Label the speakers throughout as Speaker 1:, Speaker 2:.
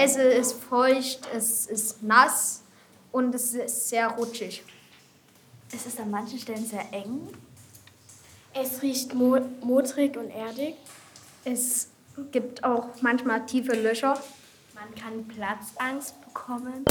Speaker 1: Also Es ist feucht, es ist nass und es ist sehr rutschig.
Speaker 2: Es ist an manchen Stellen sehr eng.
Speaker 3: Es riecht mo modrig und erdig.
Speaker 1: Es gibt auch manchmal tiefe Löcher.
Speaker 2: Man kann Platzangst bekommen.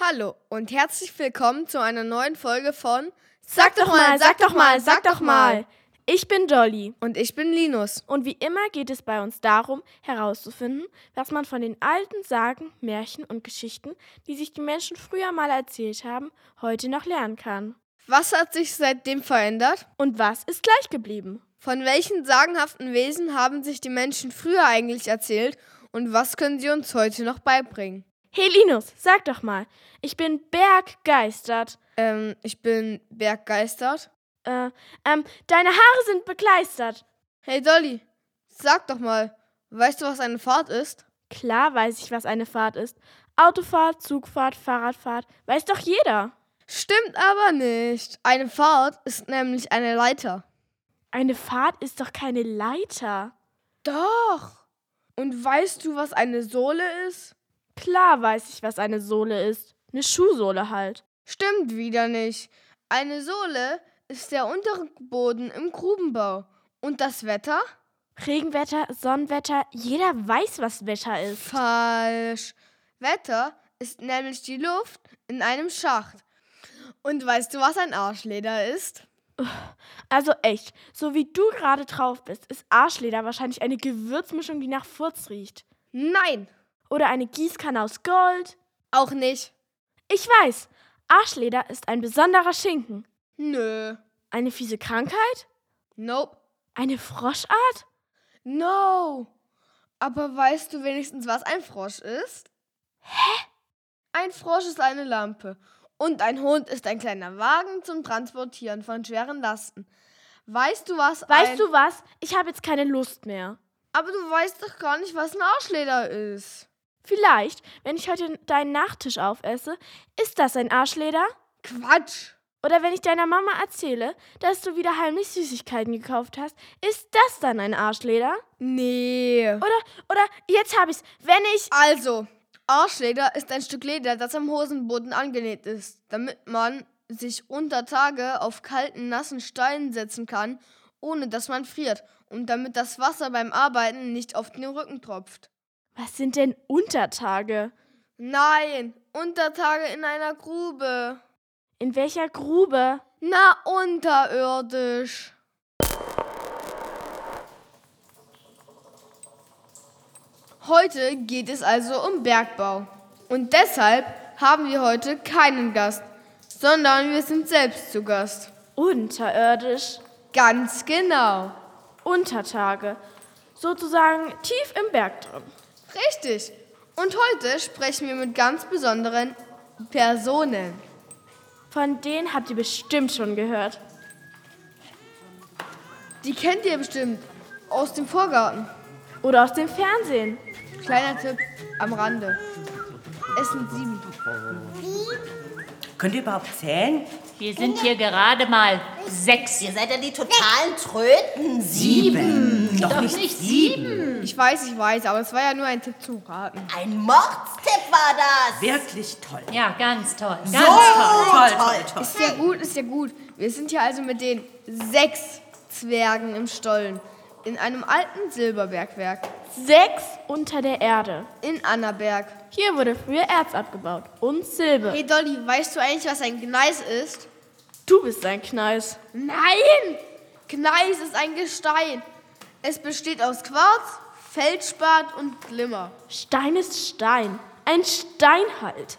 Speaker 4: Hallo und herzlich willkommen zu einer neuen Folge von
Speaker 5: Sag doch mal, sag doch mal, sag doch mal. Ich bin Jolly
Speaker 4: und ich bin Linus.
Speaker 5: und wie immer geht es bei uns darum, herauszufinden, was man von den alten Sagen, Märchen und Geschichten, die sich die Menschen früher mal erzählt haben, heute noch lernen kann.
Speaker 4: Was hat sich seitdem verändert?
Speaker 5: Und was ist gleich geblieben?
Speaker 4: Von welchen sagenhaften Wesen haben sich die Menschen früher eigentlich erzählt und was können sie uns heute noch beibringen?
Speaker 5: Hey Linus, sag doch mal, ich bin berggeistert.
Speaker 4: Ähm, ich bin berggeistert.
Speaker 5: Äh, ähm, deine Haare sind begleistert.
Speaker 4: Hey Dolly, sag doch mal, weißt du, was eine Fahrt ist?
Speaker 5: Klar weiß ich, was eine Fahrt ist. Autofahrt, Zugfahrt, Fahrradfahrt, weiß doch jeder.
Speaker 4: Stimmt aber nicht. Eine Fahrt ist nämlich eine Leiter.
Speaker 5: Eine Fahrt ist doch keine Leiter.
Speaker 4: Doch. Und weißt du, was eine Sohle ist?
Speaker 5: Klar weiß ich, was eine Sohle ist. Eine Schuhsohle halt.
Speaker 4: Stimmt wieder nicht. Eine Sohle ist der untere Boden im Grubenbau. Und das Wetter?
Speaker 5: Regenwetter, Sonnenwetter, jeder weiß, was Wetter ist.
Speaker 4: Falsch. Wetter ist nämlich die Luft in einem Schacht. Und weißt du, was ein Arschleder ist?
Speaker 5: Also echt, so wie du gerade drauf bist, ist Arschleder wahrscheinlich eine Gewürzmischung, die nach Furz riecht.
Speaker 4: Nein,
Speaker 5: Oder eine Gießkanne aus Gold.
Speaker 4: auch nicht.
Speaker 5: Ich weiß, Arschleder ist ein besonderer Schinken.
Speaker 4: Nö.
Speaker 5: Eine fiese Krankheit?
Speaker 4: Nope.
Speaker 5: Eine Froschart?
Speaker 4: No. Aber weißt du wenigstens, was ein Frosch ist? Hä? Ein Frosch ist eine Lampe. Und ein Hund ist ein kleiner Wagen zum Transportieren von schweren Lasten. Weißt du was?
Speaker 5: Weißt
Speaker 4: ein
Speaker 5: du was? Ich habe jetzt keine Lust mehr.
Speaker 4: Aber du weißt doch gar nicht, was ein Arschleder ist.
Speaker 5: Vielleicht, wenn ich heute deinen Nachtisch aufesse, ist das ein Arschleder?
Speaker 4: Quatsch.
Speaker 5: Oder wenn ich deiner Mama erzähle, dass du wieder heimlich Süßigkeiten gekauft hast, ist das dann ein Arschleder?
Speaker 4: Nee.
Speaker 5: Oder jetzt hab ich's, wenn ich.
Speaker 4: Also, Arschleder ist ein Stück Leder, das am Hosenboden angenäht ist, damit man sich unter Tage auf kalten, nassen Steinen setzen kann, ohne dass man friert und damit das Wasser beim Arbeiten nicht auf den Rücken tropft.
Speaker 5: Was sind denn Untertage?
Speaker 4: Nein, Untertage in einer Grube.
Speaker 5: In welcher Grube?
Speaker 4: Na, unterirdisch. Heute geht es also um Bergbau. Und deshalb haben wir heute keinen Gast, sondern wir sind selbst zu Gast.
Speaker 5: Unterirdisch.
Speaker 4: Ganz genau.
Speaker 5: Untertage. Sozusagen tief im Berg drin.
Speaker 4: Richtig. Und heute sprechen wir mit ganz besonderen Personen.
Speaker 5: Von denen habt ihr bestimmt schon gehört.
Speaker 4: Die kennt ihr bestimmt aus dem Vorgarten.
Speaker 5: Oder aus dem Fernsehen.
Speaker 4: Kleiner Tipp am Rande. Es sind sieben.
Speaker 6: Könnt ihr überhaupt zählen?
Speaker 7: Wir sind hier gerade mal sechs.
Speaker 8: Ihr seid ja die totalen Tröten.
Speaker 6: Sieben. Doch, nicht,
Speaker 7: nicht
Speaker 6: sieben.
Speaker 4: Ich weiß, ich weiß, aber es war Ah, ja nur ein Tipp zum Raten.
Speaker 8: Ein Mordstipp war das.
Speaker 6: Wirklich toll.
Speaker 7: Ja, ganz toll. Ganz
Speaker 6: toll, toll, toll.
Speaker 4: Ist ja gut, ist ja gut. Wir sind hier also mit den sechs Zwergen im Stollen. In einem alten Silberbergwerk.
Speaker 5: Sechs unter der Erde.
Speaker 4: In Annaberg.
Speaker 5: Hier wurde früher Erz abgebaut. Und Silber.
Speaker 4: Hey Dolly, weißt du eigentlich, was ein Gneis ist?
Speaker 5: Du bist ein Kneis.
Speaker 4: Nein! Gneis ist ein Gestein. Es besteht aus Quarz, Feldspat und Glimmer.
Speaker 5: Stein ist Stein. Ein Stein halt.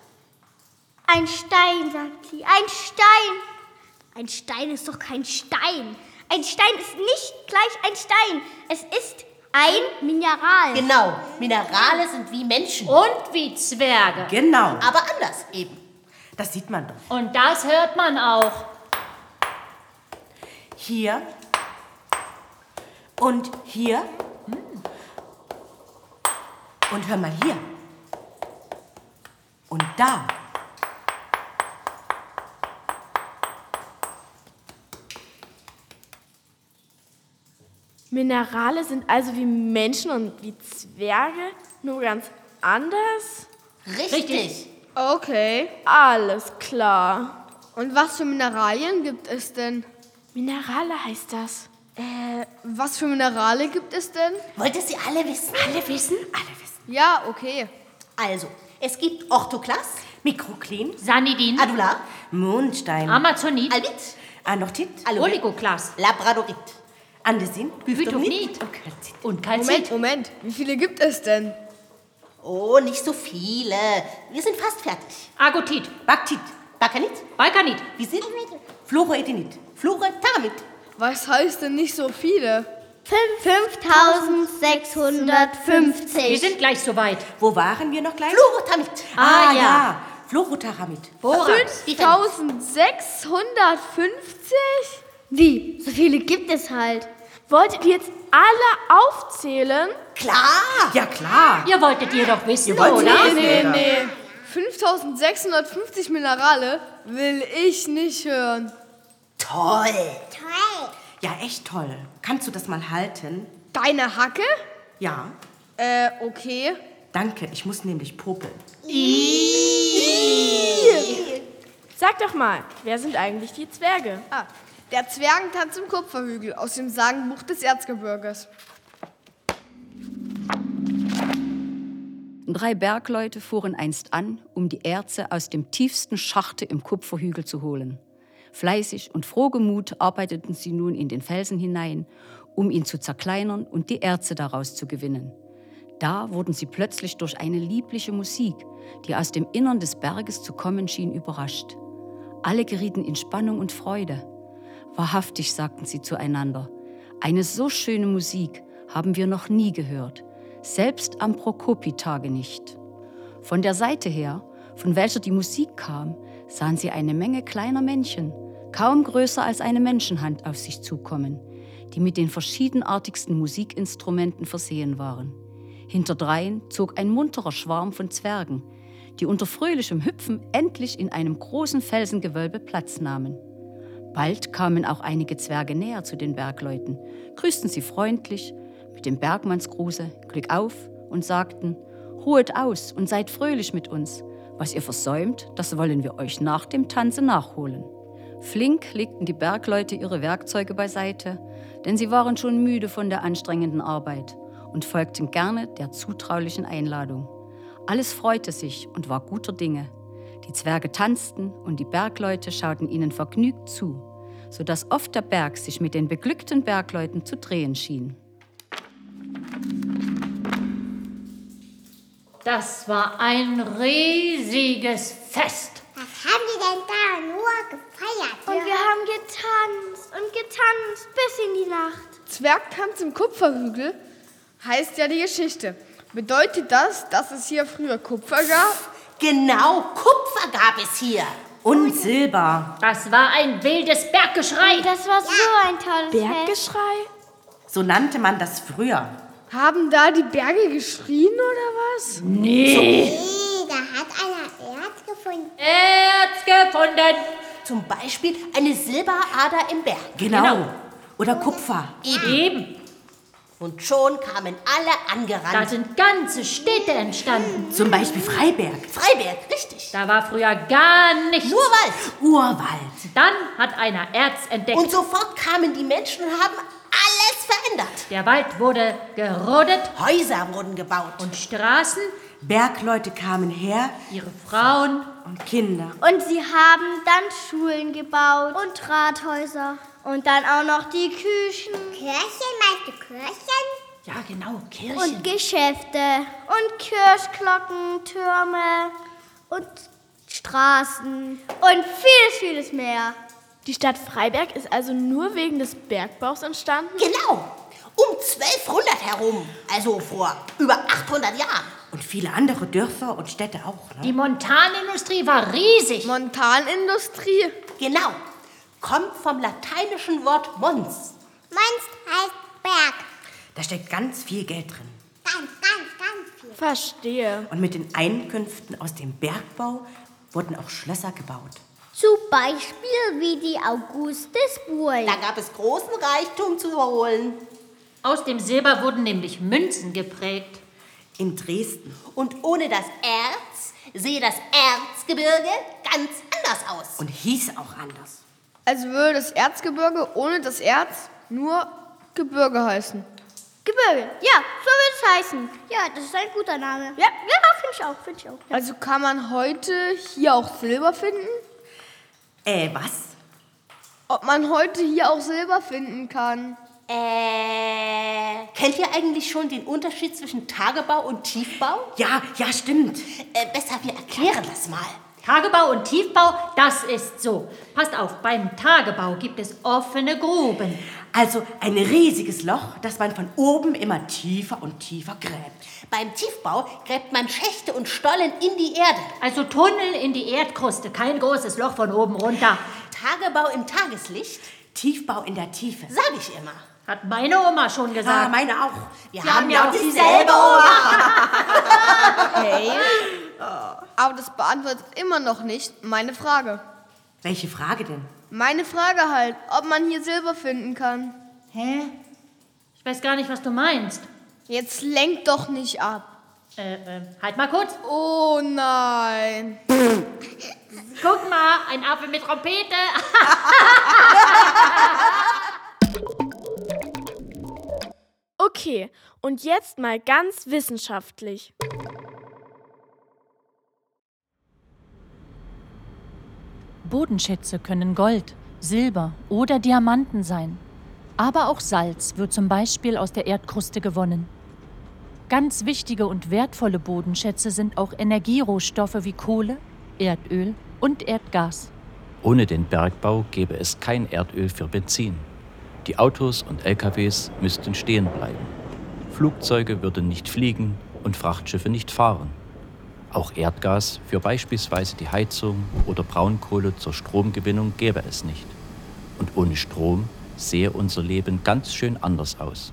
Speaker 3: Ein Stein, sagt sie. Ein Stein. Ein Stein ist doch kein Stein. Ein Stein ist nicht gleich ein Stein. Es ist ein Mineral.
Speaker 8: Genau, Minerale sind wie Menschen,
Speaker 7: toll. Und wie Zwerge.
Speaker 6: Genau.
Speaker 8: aber anders eben.
Speaker 6: Das sieht man doch.
Speaker 7: Und das hört man auch.
Speaker 6: Hier. Und hier. Und hör mal hier. Und da.
Speaker 5: Minerale sind also wie Menschen und wie Zwerge, nur ganz anders?
Speaker 8: Richtig.
Speaker 4: Okay.
Speaker 5: Alles klar.
Speaker 4: Und was für Mineralien gibt es denn?
Speaker 5: Minerale heißt das.
Speaker 4: Äh, was für Minerale gibt es denn?
Speaker 8: Wollt ihr sie alle wissen? Alle wissen? Alle wissen.
Speaker 4: Ja, okay.
Speaker 8: Also, es gibt Orthoklas,
Speaker 6: Mikroklin,
Speaker 7: Sanidin,
Speaker 8: Adular,
Speaker 6: Mondstein,
Speaker 7: Amazonit,
Speaker 8: Albit,
Speaker 6: Anochtit,
Speaker 8: Alurit,
Speaker 7: Oligoklas,
Speaker 8: Labradorit.
Speaker 6: Andesin, Byftomnit
Speaker 7: Bythomnit
Speaker 6: und Calcit.
Speaker 7: und
Speaker 4: Moment,
Speaker 7: Calcit.
Speaker 4: Moment. Wie viele gibt es denn?
Speaker 8: Oh, nicht so viele. Wir sind fast fertig.
Speaker 7: Agotit,
Speaker 6: Baktit,
Speaker 8: Bakanit,
Speaker 7: Balkanit,
Speaker 8: wir sind
Speaker 6: Fluoroedinit.
Speaker 8: Flore, Taramit.
Speaker 4: Was heißt denn nicht so viele?
Speaker 3: 5650.
Speaker 7: wir sind gleich soweit.
Speaker 6: Wo waren wir noch gleich?
Speaker 8: Fluorotamit.
Speaker 7: Ah, ja.
Speaker 6: Fluorotaramit.
Speaker 7: Borax,
Speaker 4: 1650?
Speaker 3: Wie? So viele gibt es halt.
Speaker 5: Wolltet ihr jetzt alle aufzählen?
Speaker 8: Klar.
Speaker 6: Ja, klar.
Speaker 7: ihr wolltet ihr doch wissen,
Speaker 6: wollt's
Speaker 7: oder?
Speaker 6: wissen, oder?
Speaker 4: 5650 Minerale will ich nicht hören.
Speaker 6: Toll.
Speaker 3: Toll.
Speaker 6: Ja, echt toll. Kannst du das mal halten?
Speaker 4: Deine Hacke?
Speaker 6: Ja.
Speaker 4: Äh, okay.
Speaker 6: Danke, ich muss nämlich popeln.
Speaker 5: Sag doch mal, wer sind eigentlich die Zwerge?
Speaker 4: Ah, der Zwergentanz im Kupferhügel aus dem Sagenbuch des Erzgebirges.
Speaker 9: Drei Bergleute fuhren einst an, um die Erze aus dem tiefsten Schachte im Kupferhügel zu holen. Fleißig und frohgemut arbeiteten sie nun in den Felsen hinein, um ihn zu zerkleinern und die Erze daraus zu gewinnen. Da wurden sie plötzlich durch eine liebliche Musik, die aus dem Innern des Berges zu kommen schien, überrascht. Alle gerieten in Spannung und Freude. Wahrhaftig sagten sie zueinander, eine so schöne Musik haben wir noch nie gehört, selbst am Prokopi-Tage nicht. Von der Seite her, von welcher die Musik kam, sahen sie eine Menge kleiner Männchen, kaum größer als eine Menschenhand, auf sich zukommen, die mit den verschiedenartigsten Musikinstrumenten versehen waren. Hinterdrein zog ein munterer Schwarm von Zwergen, die unter fröhlichem Hüpfen endlich in einem großen Felsengewölbe Platz nahmen. Bald kamen auch einige Zwerge näher zu den Bergleuten, grüßten sie freundlich mit dem Bergmannsgruße, Glück auf und sagten, ruhet aus und seid fröhlich mit uns. Was ihr versäumt, das wollen wir euch nach dem Tanze nachholen. Flink legten die Bergleute ihre Werkzeuge beiseite, denn sie waren schon müde von der anstrengenden Arbeit und folgten gerne der zutraulichen Einladung. Alles freute sich und war guter Dinge. Die Zwerge tanzten und die Bergleute schauten ihnen vergnügt zu, so dass oft der Berg sich mit den beglückten Bergleuten zu drehen schien.
Speaker 7: Das war ein riesiges Fest.
Speaker 3: Was haben die denn da nur gefeiert? Und wir haben getanzt und getanzt bis in die Nacht.
Speaker 4: Zwergtanz im Kupferhügel heißt ja die Geschichte. Bedeutet das, dass es hier früher Kupfer gab?
Speaker 8: Genau, Kupfer gab es hier.
Speaker 6: Und Silber.
Speaker 7: Das war ein wildes Berggeschrei.
Speaker 3: Das war so ein tolles Fest.
Speaker 5: Berggeschrei?
Speaker 6: So nannte man das früher.
Speaker 4: Haben da die Berge geschrien oder was?
Speaker 3: Da hat einer Erz gefunden.
Speaker 7: Erz gefunden.
Speaker 8: Zum Beispiel eine Silberader im Berg.
Speaker 6: Genau. Oder Kupfer.
Speaker 7: Eben,
Speaker 8: Und schon kamen alle
Speaker 7: da
Speaker 8: angerannt.
Speaker 7: sind ganze Städte entstanden.
Speaker 6: Zum Beispiel Freiberg.
Speaker 8: Freiberg, richtig.
Speaker 7: Da war früher gar nichts.
Speaker 8: Nur Wald.
Speaker 6: Urwald.
Speaker 7: Dann hat einer Erz entdeckt.
Speaker 8: Und sofort kamen die Menschen und haben alles verändert.
Speaker 7: Der Wald wurde gerodet
Speaker 8: Häuser wurden gebaut.
Speaker 7: und Straßen,
Speaker 6: Bergleute kamen her
Speaker 7: ihre Frauen.
Speaker 6: und Kinder.
Speaker 3: Und sie haben dann Schulen gebaut. Und Rathäuser. Und dann auch noch die Küchen. Kirchen, meinst du Kirchen?
Speaker 7: Ja, genau, Kirchen.
Speaker 3: Und Geschäfte. Und Kirschglocken, Türme. Und Straßen. Und vieles, vieles mehr.
Speaker 5: Die Stadt Freiberg ist also nur wegen des Bergbaus entstanden?
Speaker 8: Genau. Um 1200 herum. Also vor über 800 Jahren.
Speaker 6: Und viele andere Dörfer und Städte auch. Ne?
Speaker 7: Die Montanindustrie war riesig.
Speaker 4: Montanindustrie.
Speaker 8: Genau. Kommt vom lateinischen Wort mons.
Speaker 3: Meinst heißt Berg.
Speaker 6: Da steckt ganz viel Geld drin.
Speaker 3: Ganz, ganz, ganz viel.
Speaker 5: Verstehe.
Speaker 6: Und mit den Einkünften aus dem Bergbau wurden auch Schlösser gebaut.
Speaker 3: Zum Beispiel wie die Augustusburg.
Speaker 8: Da gab es großen Reichtum zu holen.
Speaker 10: Aus dem Silber wurden nämlich Münzen geprägt.
Speaker 6: In Dresden.
Speaker 8: Und ohne das Erz sehe das Erzgebirge ganz anders aus.
Speaker 6: Und hieß auch anders.
Speaker 4: Also würde das Erzgebirge ohne das Erz nur Gebirge heißen.
Speaker 3: Gebirge. Ja, so wird es heißen. Ja, das ist ein guter Name. Ja, ja finde ich auch, finde ich auch.
Speaker 4: Also kann man heute hier auch Silber finden?
Speaker 6: Äh, was?
Speaker 4: Ob man heute hier auch Silber finden kann?
Speaker 8: Äh, kennt ihr eigentlich schon den Unterschied zwischen Tagebau und Tiefbau?
Speaker 6: Ja, ja, stimmt.
Speaker 8: Äh, besser, wir erklären das mal.
Speaker 10: Tagebau und Tiefbau, das ist so. Passt auf, beim Tagebau gibt es offene Gruben.
Speaker 6: Also ein riesiges Loch, das man von oben immer tiefer und tiefer gräbt.
Speaker 8: Beim Tiefbau gräbt man Schächte und Stollen in die Erde.
Speaker 10: Also Tunnel in die Erdkruste, kein großes Loch von oben runter.
Speaker 8: Tagebau im Tageslicht,
Speaker 6: Tiefbau in der Tiefe.
Speaker 8: sage ich immer.
Speaker 10: Hat meine Oma schon
Speaker 6: Ah,
Speaker 10: gesagt.
Speaker 6: meine auch.
Speaker 8: Wir
Speaker 10: haben ja auch dieselbe
Speaker 8: Oma.
Speaker 4: Aber das beantwortet immer noch nicht meine Frage.
Speaker 6: Welche Frage denn?
Speaker 4: Meine Frage halt, ob man hier Silber finden kann.
Speaker 10: Hä? Ich weiß gar nicht, was du meinst.
Speaker 4: Jetzt lenkt doch nicht ab.
Speaker 10: Äh, äh, halt mal kurz.
Speaker 4: Oh nein.
Speaker 10: Guck mal, ein Apfel mit Trompete.
Speaker 5: Okay, und jetzt mal ganz wissenschaftlich.
Speaker 7: Bodenschätze können Gold, Silber oder Diamanten sein. Aber auch Salz wird zum Beispiel aus der Erdkruste gewonnen. Ganz wichtige und wertvolle Bodenschätze sind auch Energierohstoffe wie Kohle, Erdöl und Erdgas.
Speaker 9: Ohne den Bergbau gäbe es kein Erdöl für Benzin. Die Autos und LKWs müssten stehen bleiben. Flugzeuge würden nicht fliegen und Frachtschiffe nicht fahren. Auch Erdgas für beispielsweise die Heizung oder Braunkohle zur Stromgewinnung gäbe es nicht. Und ohne Strom sähe unser Leben ganz schön anders aus.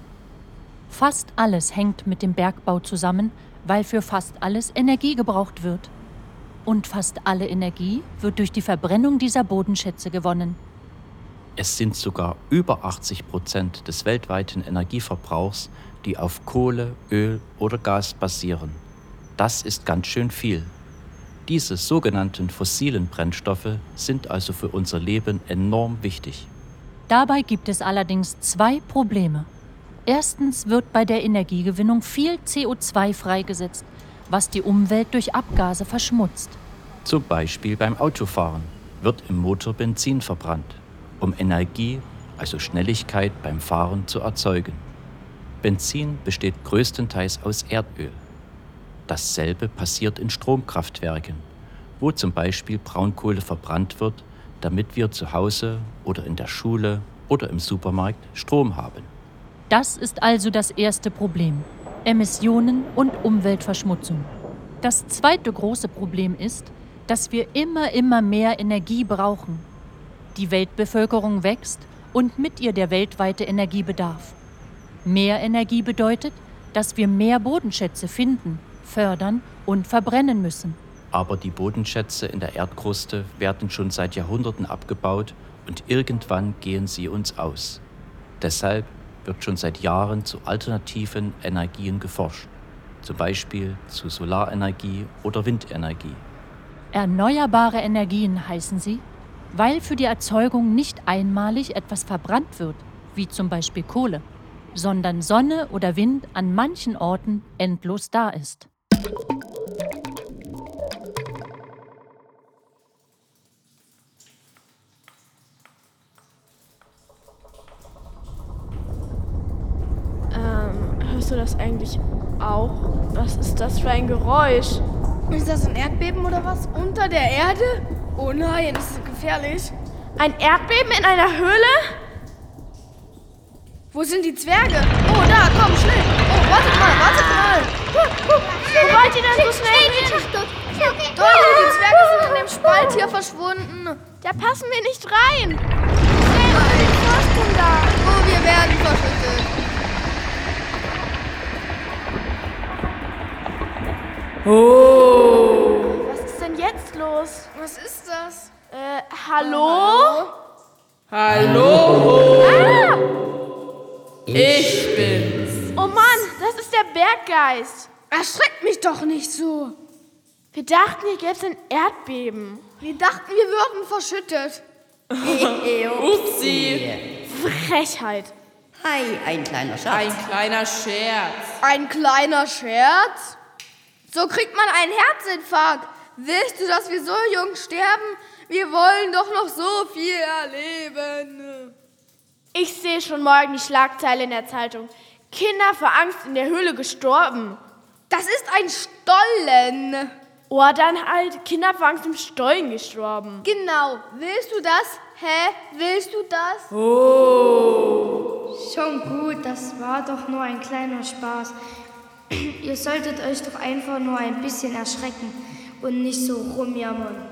Speaker 7: Fast alles hängt mit dem Bergbau zusammen, weil für fast alles Energie gebraucht wird. Und fast alle Energie wird durch die Verbrennung dieser Bodenschätze gewonnen.
Speaker 9: Es sind sogar über 80 Prozent des weltweiten Energieverbrauchs, die auf Kohle, Öl oder Gas basieren. Das ist ganz schön viel. Diese sogenannten fossilen Brennstoffe sind also für unser Leben enorm wichtig.
Speaker 7: Dabei gibt es allerdings zwei Probleme. Erstens wird bei der Energiegewinnung viel CO2 freigesetzt, was die Umwelt durch Abgase verschmutzt.
Speaker 9: Zum Beispiel beim Autofahren wird im Motor Benzin verbrannt, um Energie, also Schnelligkeit beim Fahren zu erzeugen. Benzin besteht größtenteils aus Erdöl. Dasselbe passiert in Stromkraftwerken, wo zum Beispiel Braunkohle verbrannt wird, damit wir zu Hause oder in der Schule oder im Supermarkt Strom haben.
Speaker 7: Das ist also das erste Problem. Emissionen und Umweltverschmutzung. Das zweite große Problem ist, dass wir immer, immer mehr Energie brauchen. Die Weltbevölkerung wächst und mit ihr der weltweite Energiebedarf. Mehr Energie bedeutet, dass wir mehr Bodenschätze finden, fördern und verbrennen müssen.
Speaker 9: Aber die Bodenschätze in der Erdkruste werden schon seit Jahrhunderten abgebaut und irgendwann gehen sie uns aus. Deshalb wird schon seit Jahren zu alternativen Energien geforscht, zum Beispiel zu Solarenergie oder Windenergie.
Speaker 7: Erneuerbare Energien heißen sie, weil für die Erzeugung nicht einmalig etwas verbrannt wird, wie zum Beispiel Kohle, sondern Sonne oder Wind an manchen Orten endlos da ist.
Speaker 5: Ähm, hörst du das eigentlich auch? Was ist das für ein Geräusch?
Speaker 4: Ist das ein Erdbeben oder was? Unter der Erde? Oh nein, das ist gefährlich.
Speaker 5: Ein Erdbeben in einer Höhle?
Speaker 4: Wo sind die Zwerge? Oh, da, komm, schnell. Oh, wartet mal, wartet mal. Huh, huh.
Speaker 5: Wo wollt ihr denn so schnell hin?
Speaker 4: Leute, die Zwerge sind in dem Spalt hier verschwunden.
Speaker 5: Da passen wir nicht rein.
Speaker 4: Oh, wir werden verschüttet.
Speaker 5: Was ist denn jetzt los?
Speaker 4: Was ist das?
Speaker 5: Äh, hallo? Ah!
Speaker 11: Hallo? Ich bin
Speaker 5: Oh Berggeist! Erschreckt mich doch nicht so! Wir dachten, hier gäbe es ein Erdbeben. Wir dachten, wir würden verschüttet.
Speaker 12: Upsi.
Speaker 5: Frechheit.
Speaker 6: Hi, ein kleiner Schatz.
Speaker 12: Ein kleiner Scherz.
Speaker 4: Ein kleiner Scherz? So kriegt man einen Herzinfarkt. Willst du, dass wir so jung sterben? Wir wollen doch noch so viel erleben.
Speaker 5: Ich sehe schon morgen die Schlagzeile in der Zeitung. Kinder vor Angst in der Höhle gestorben. Das ist ein Stollen. Oder dann halt Kinder vor Angst im Stollen gestorben.
Speaker 4: Genau. Willst du das? Hä? Willst du das?
Speaker 3: Oh. Schon gut, das war doch nur ein kleiner Spaß. Ihr solltet euch doch einfach nur ein bisschen erschrecken und nicht so rumjammern.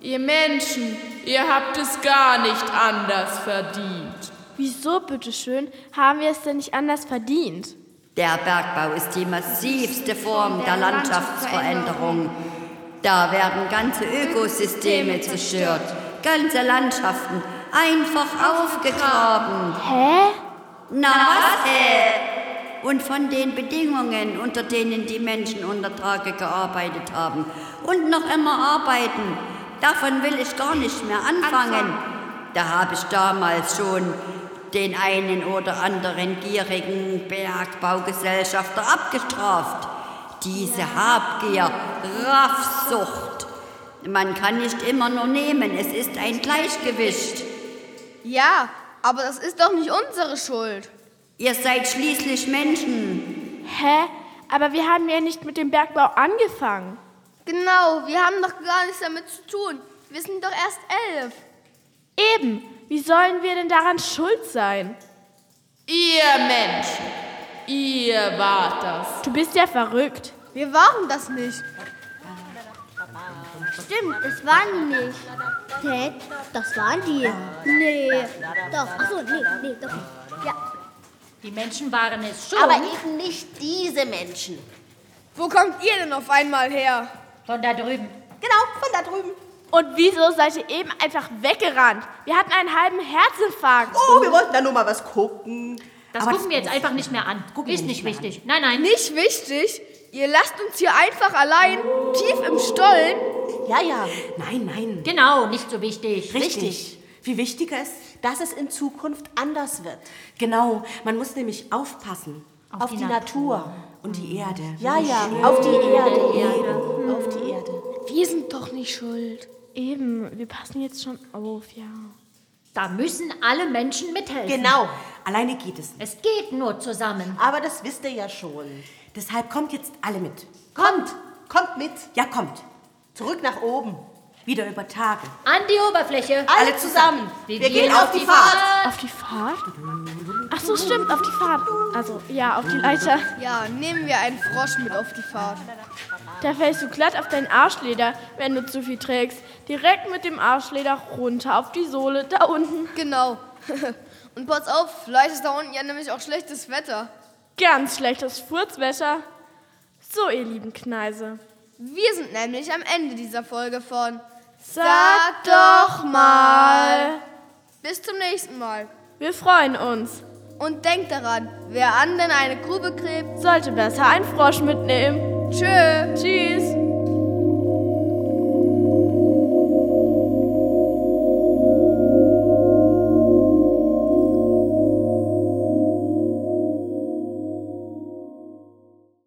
Speaker 12: Ihr Menschen, ihr habt es gar nicht anders verdient.
Speaker 5: Wieso, bitteschön, haben wir es denn nicht anders verdient?
Speaker 9: Der Bergbau ist die massivste Form der Landschaftsveränderung. Da werden ganze Ökosysteme zerstört, ganze Landschaften einfach aufgegraben.
Speaker 13: Hä?
Speaker 9: Namaste! Und von den Bedingungen, unter denen die Menschen unter Tage gearbeitet haben und noch immer arbeiten, davon will ich gar nicht mehr anfangen. Da habe ich damals schon den einen oder anderen gierigen Bergbaugesellschafter abgestraft. Diese Habgier, Raffsucht. Man kann nicht immer nur nehmen, es ist ein Gleichgewicht.
Speaker 4: Ja, aber das ist doch nicht unsere Schuld.
Speaker 9: Ihr seid schließlich Menschen.
Speaker 5: Hä? Aber wir haben ja nicht mit dem Bergbau angefangen.
Speaker 4: Genau, wir haben doch gar nichts damit zu tun. Wir sind doch erst elf.
Speaker 5: Eben, wie sollen wir denn daran schuld sein?
Speaker 12: Ihr Menschen, ihr wart das.
Speaker 5: Du bist ja verrückt.
Speaker 4: Wir waren das nicht.
Speaker 13: Stimmt, das waren die nicht. Hä? Das waren die.
Speaker 7: Nee,
Speaker 13: doch. Achso, nee, nee, doch. nicht. Ja.
Speaker 7: Die Menschen waren es schon.
Speaker 6: Aber eben nicht diese Menschen.
Speaker 4: Wo kommt ihr denn auf einmal her?
Speaker 7: Von da drüben.
Speaker 6: Genau, von da drüben.
Speaker 5: Und wieso seid ihr eben einfach weggerannt? Wir hatten einen halben Herzinfarkt.
Speaker 6: Oh, wir wollten da nur mal was gucken.
Speaker 7: Das
Speaker 6: Aber
Speaker 7: gucken wir jetzt einfach nicht mehr an.
Speaker 6: Gucken wir
Speaker 7: ist
Speaker 6: nicht
Speaker 7: nicht
Speaker 6: mehr
Speaker 7: wichtig. Nein, nein.
Speaker 4: Nicht wichtig? Ihr lasst uns hier einfach allein, tief im Stollen.
Speaker 6: Ja, ja. Nein, nein.
Speaker 7: Genau, nicht so wichtig.
Speaker 6: Richtig. Wie wichtiger ist, dass es in Zukunft anders wird. Genau, man muss nämlich aufpassen. Auf, die, Natur.
Speaker 8: Und die Erde.
Speaker 6: Ja,
Speaker 8: Wie
Speaker 6: ja,
Speaker 8: schön. Hm.
Speaker 6: auf die Erde. Auf die Erde.
Speaker 5: Wir sind doch nicht schuld. Eben, wir passen jetzt schon auf, ja.
Speaker 7: Da müssen alle Menschen mithelfen.
Speaker 6: Genau, alleine geht es nicht.
Speaker 7: Es geht nur zusammen.
Speaker 6: Aber das wisst ihr ja schon. Deshalb kommt jetzt alle mit.
Speaker 7: Kommt!
Speaker 6: Kommt mit! Ja, kommt. Zurück nach oben. Wieder über Tage.
Speaker 7: An die Oberfläche.
Speaker 6: Alle zusammen. Wir, gehen auf die Fahrt.
Speaker 5: Auf die Fahrt? Ach so, stimmt, auf die Fahrt. Also, ja, auf die Leiter.
Speaker 4: Ja, nehmen wir einen Frosch mit auf die Fahrt.
Speaker 5: Da fällst du glatt auf deinen Arschleder, wenn du zu viel trägst. Direkt mit dem Arschleder runter auf die Sohle da unten.
Speaker 4: Genau. Und pass auf, vielleicht ist da unten ja nämlich auch schlechtes Wetter.
Speaker 5: Ganz schlechtes Furzwäscher. So, ihr lieben Kneise.
Speaker 4: Wir sind nämlich am Ende dieser Folge von
Speaker 5: Sag doch mal.
Speaker 4: Bis zum nächsten Mal.
Speaker 5: Wir freuen uns.
Speaker 4: Und denkt daran, wer anderen eine Grube gräbt,
Speaker 5: Sollte besser einen Frosch mitnehmen.
Speaker 4: tschö.
Speaker 5: Tschüss.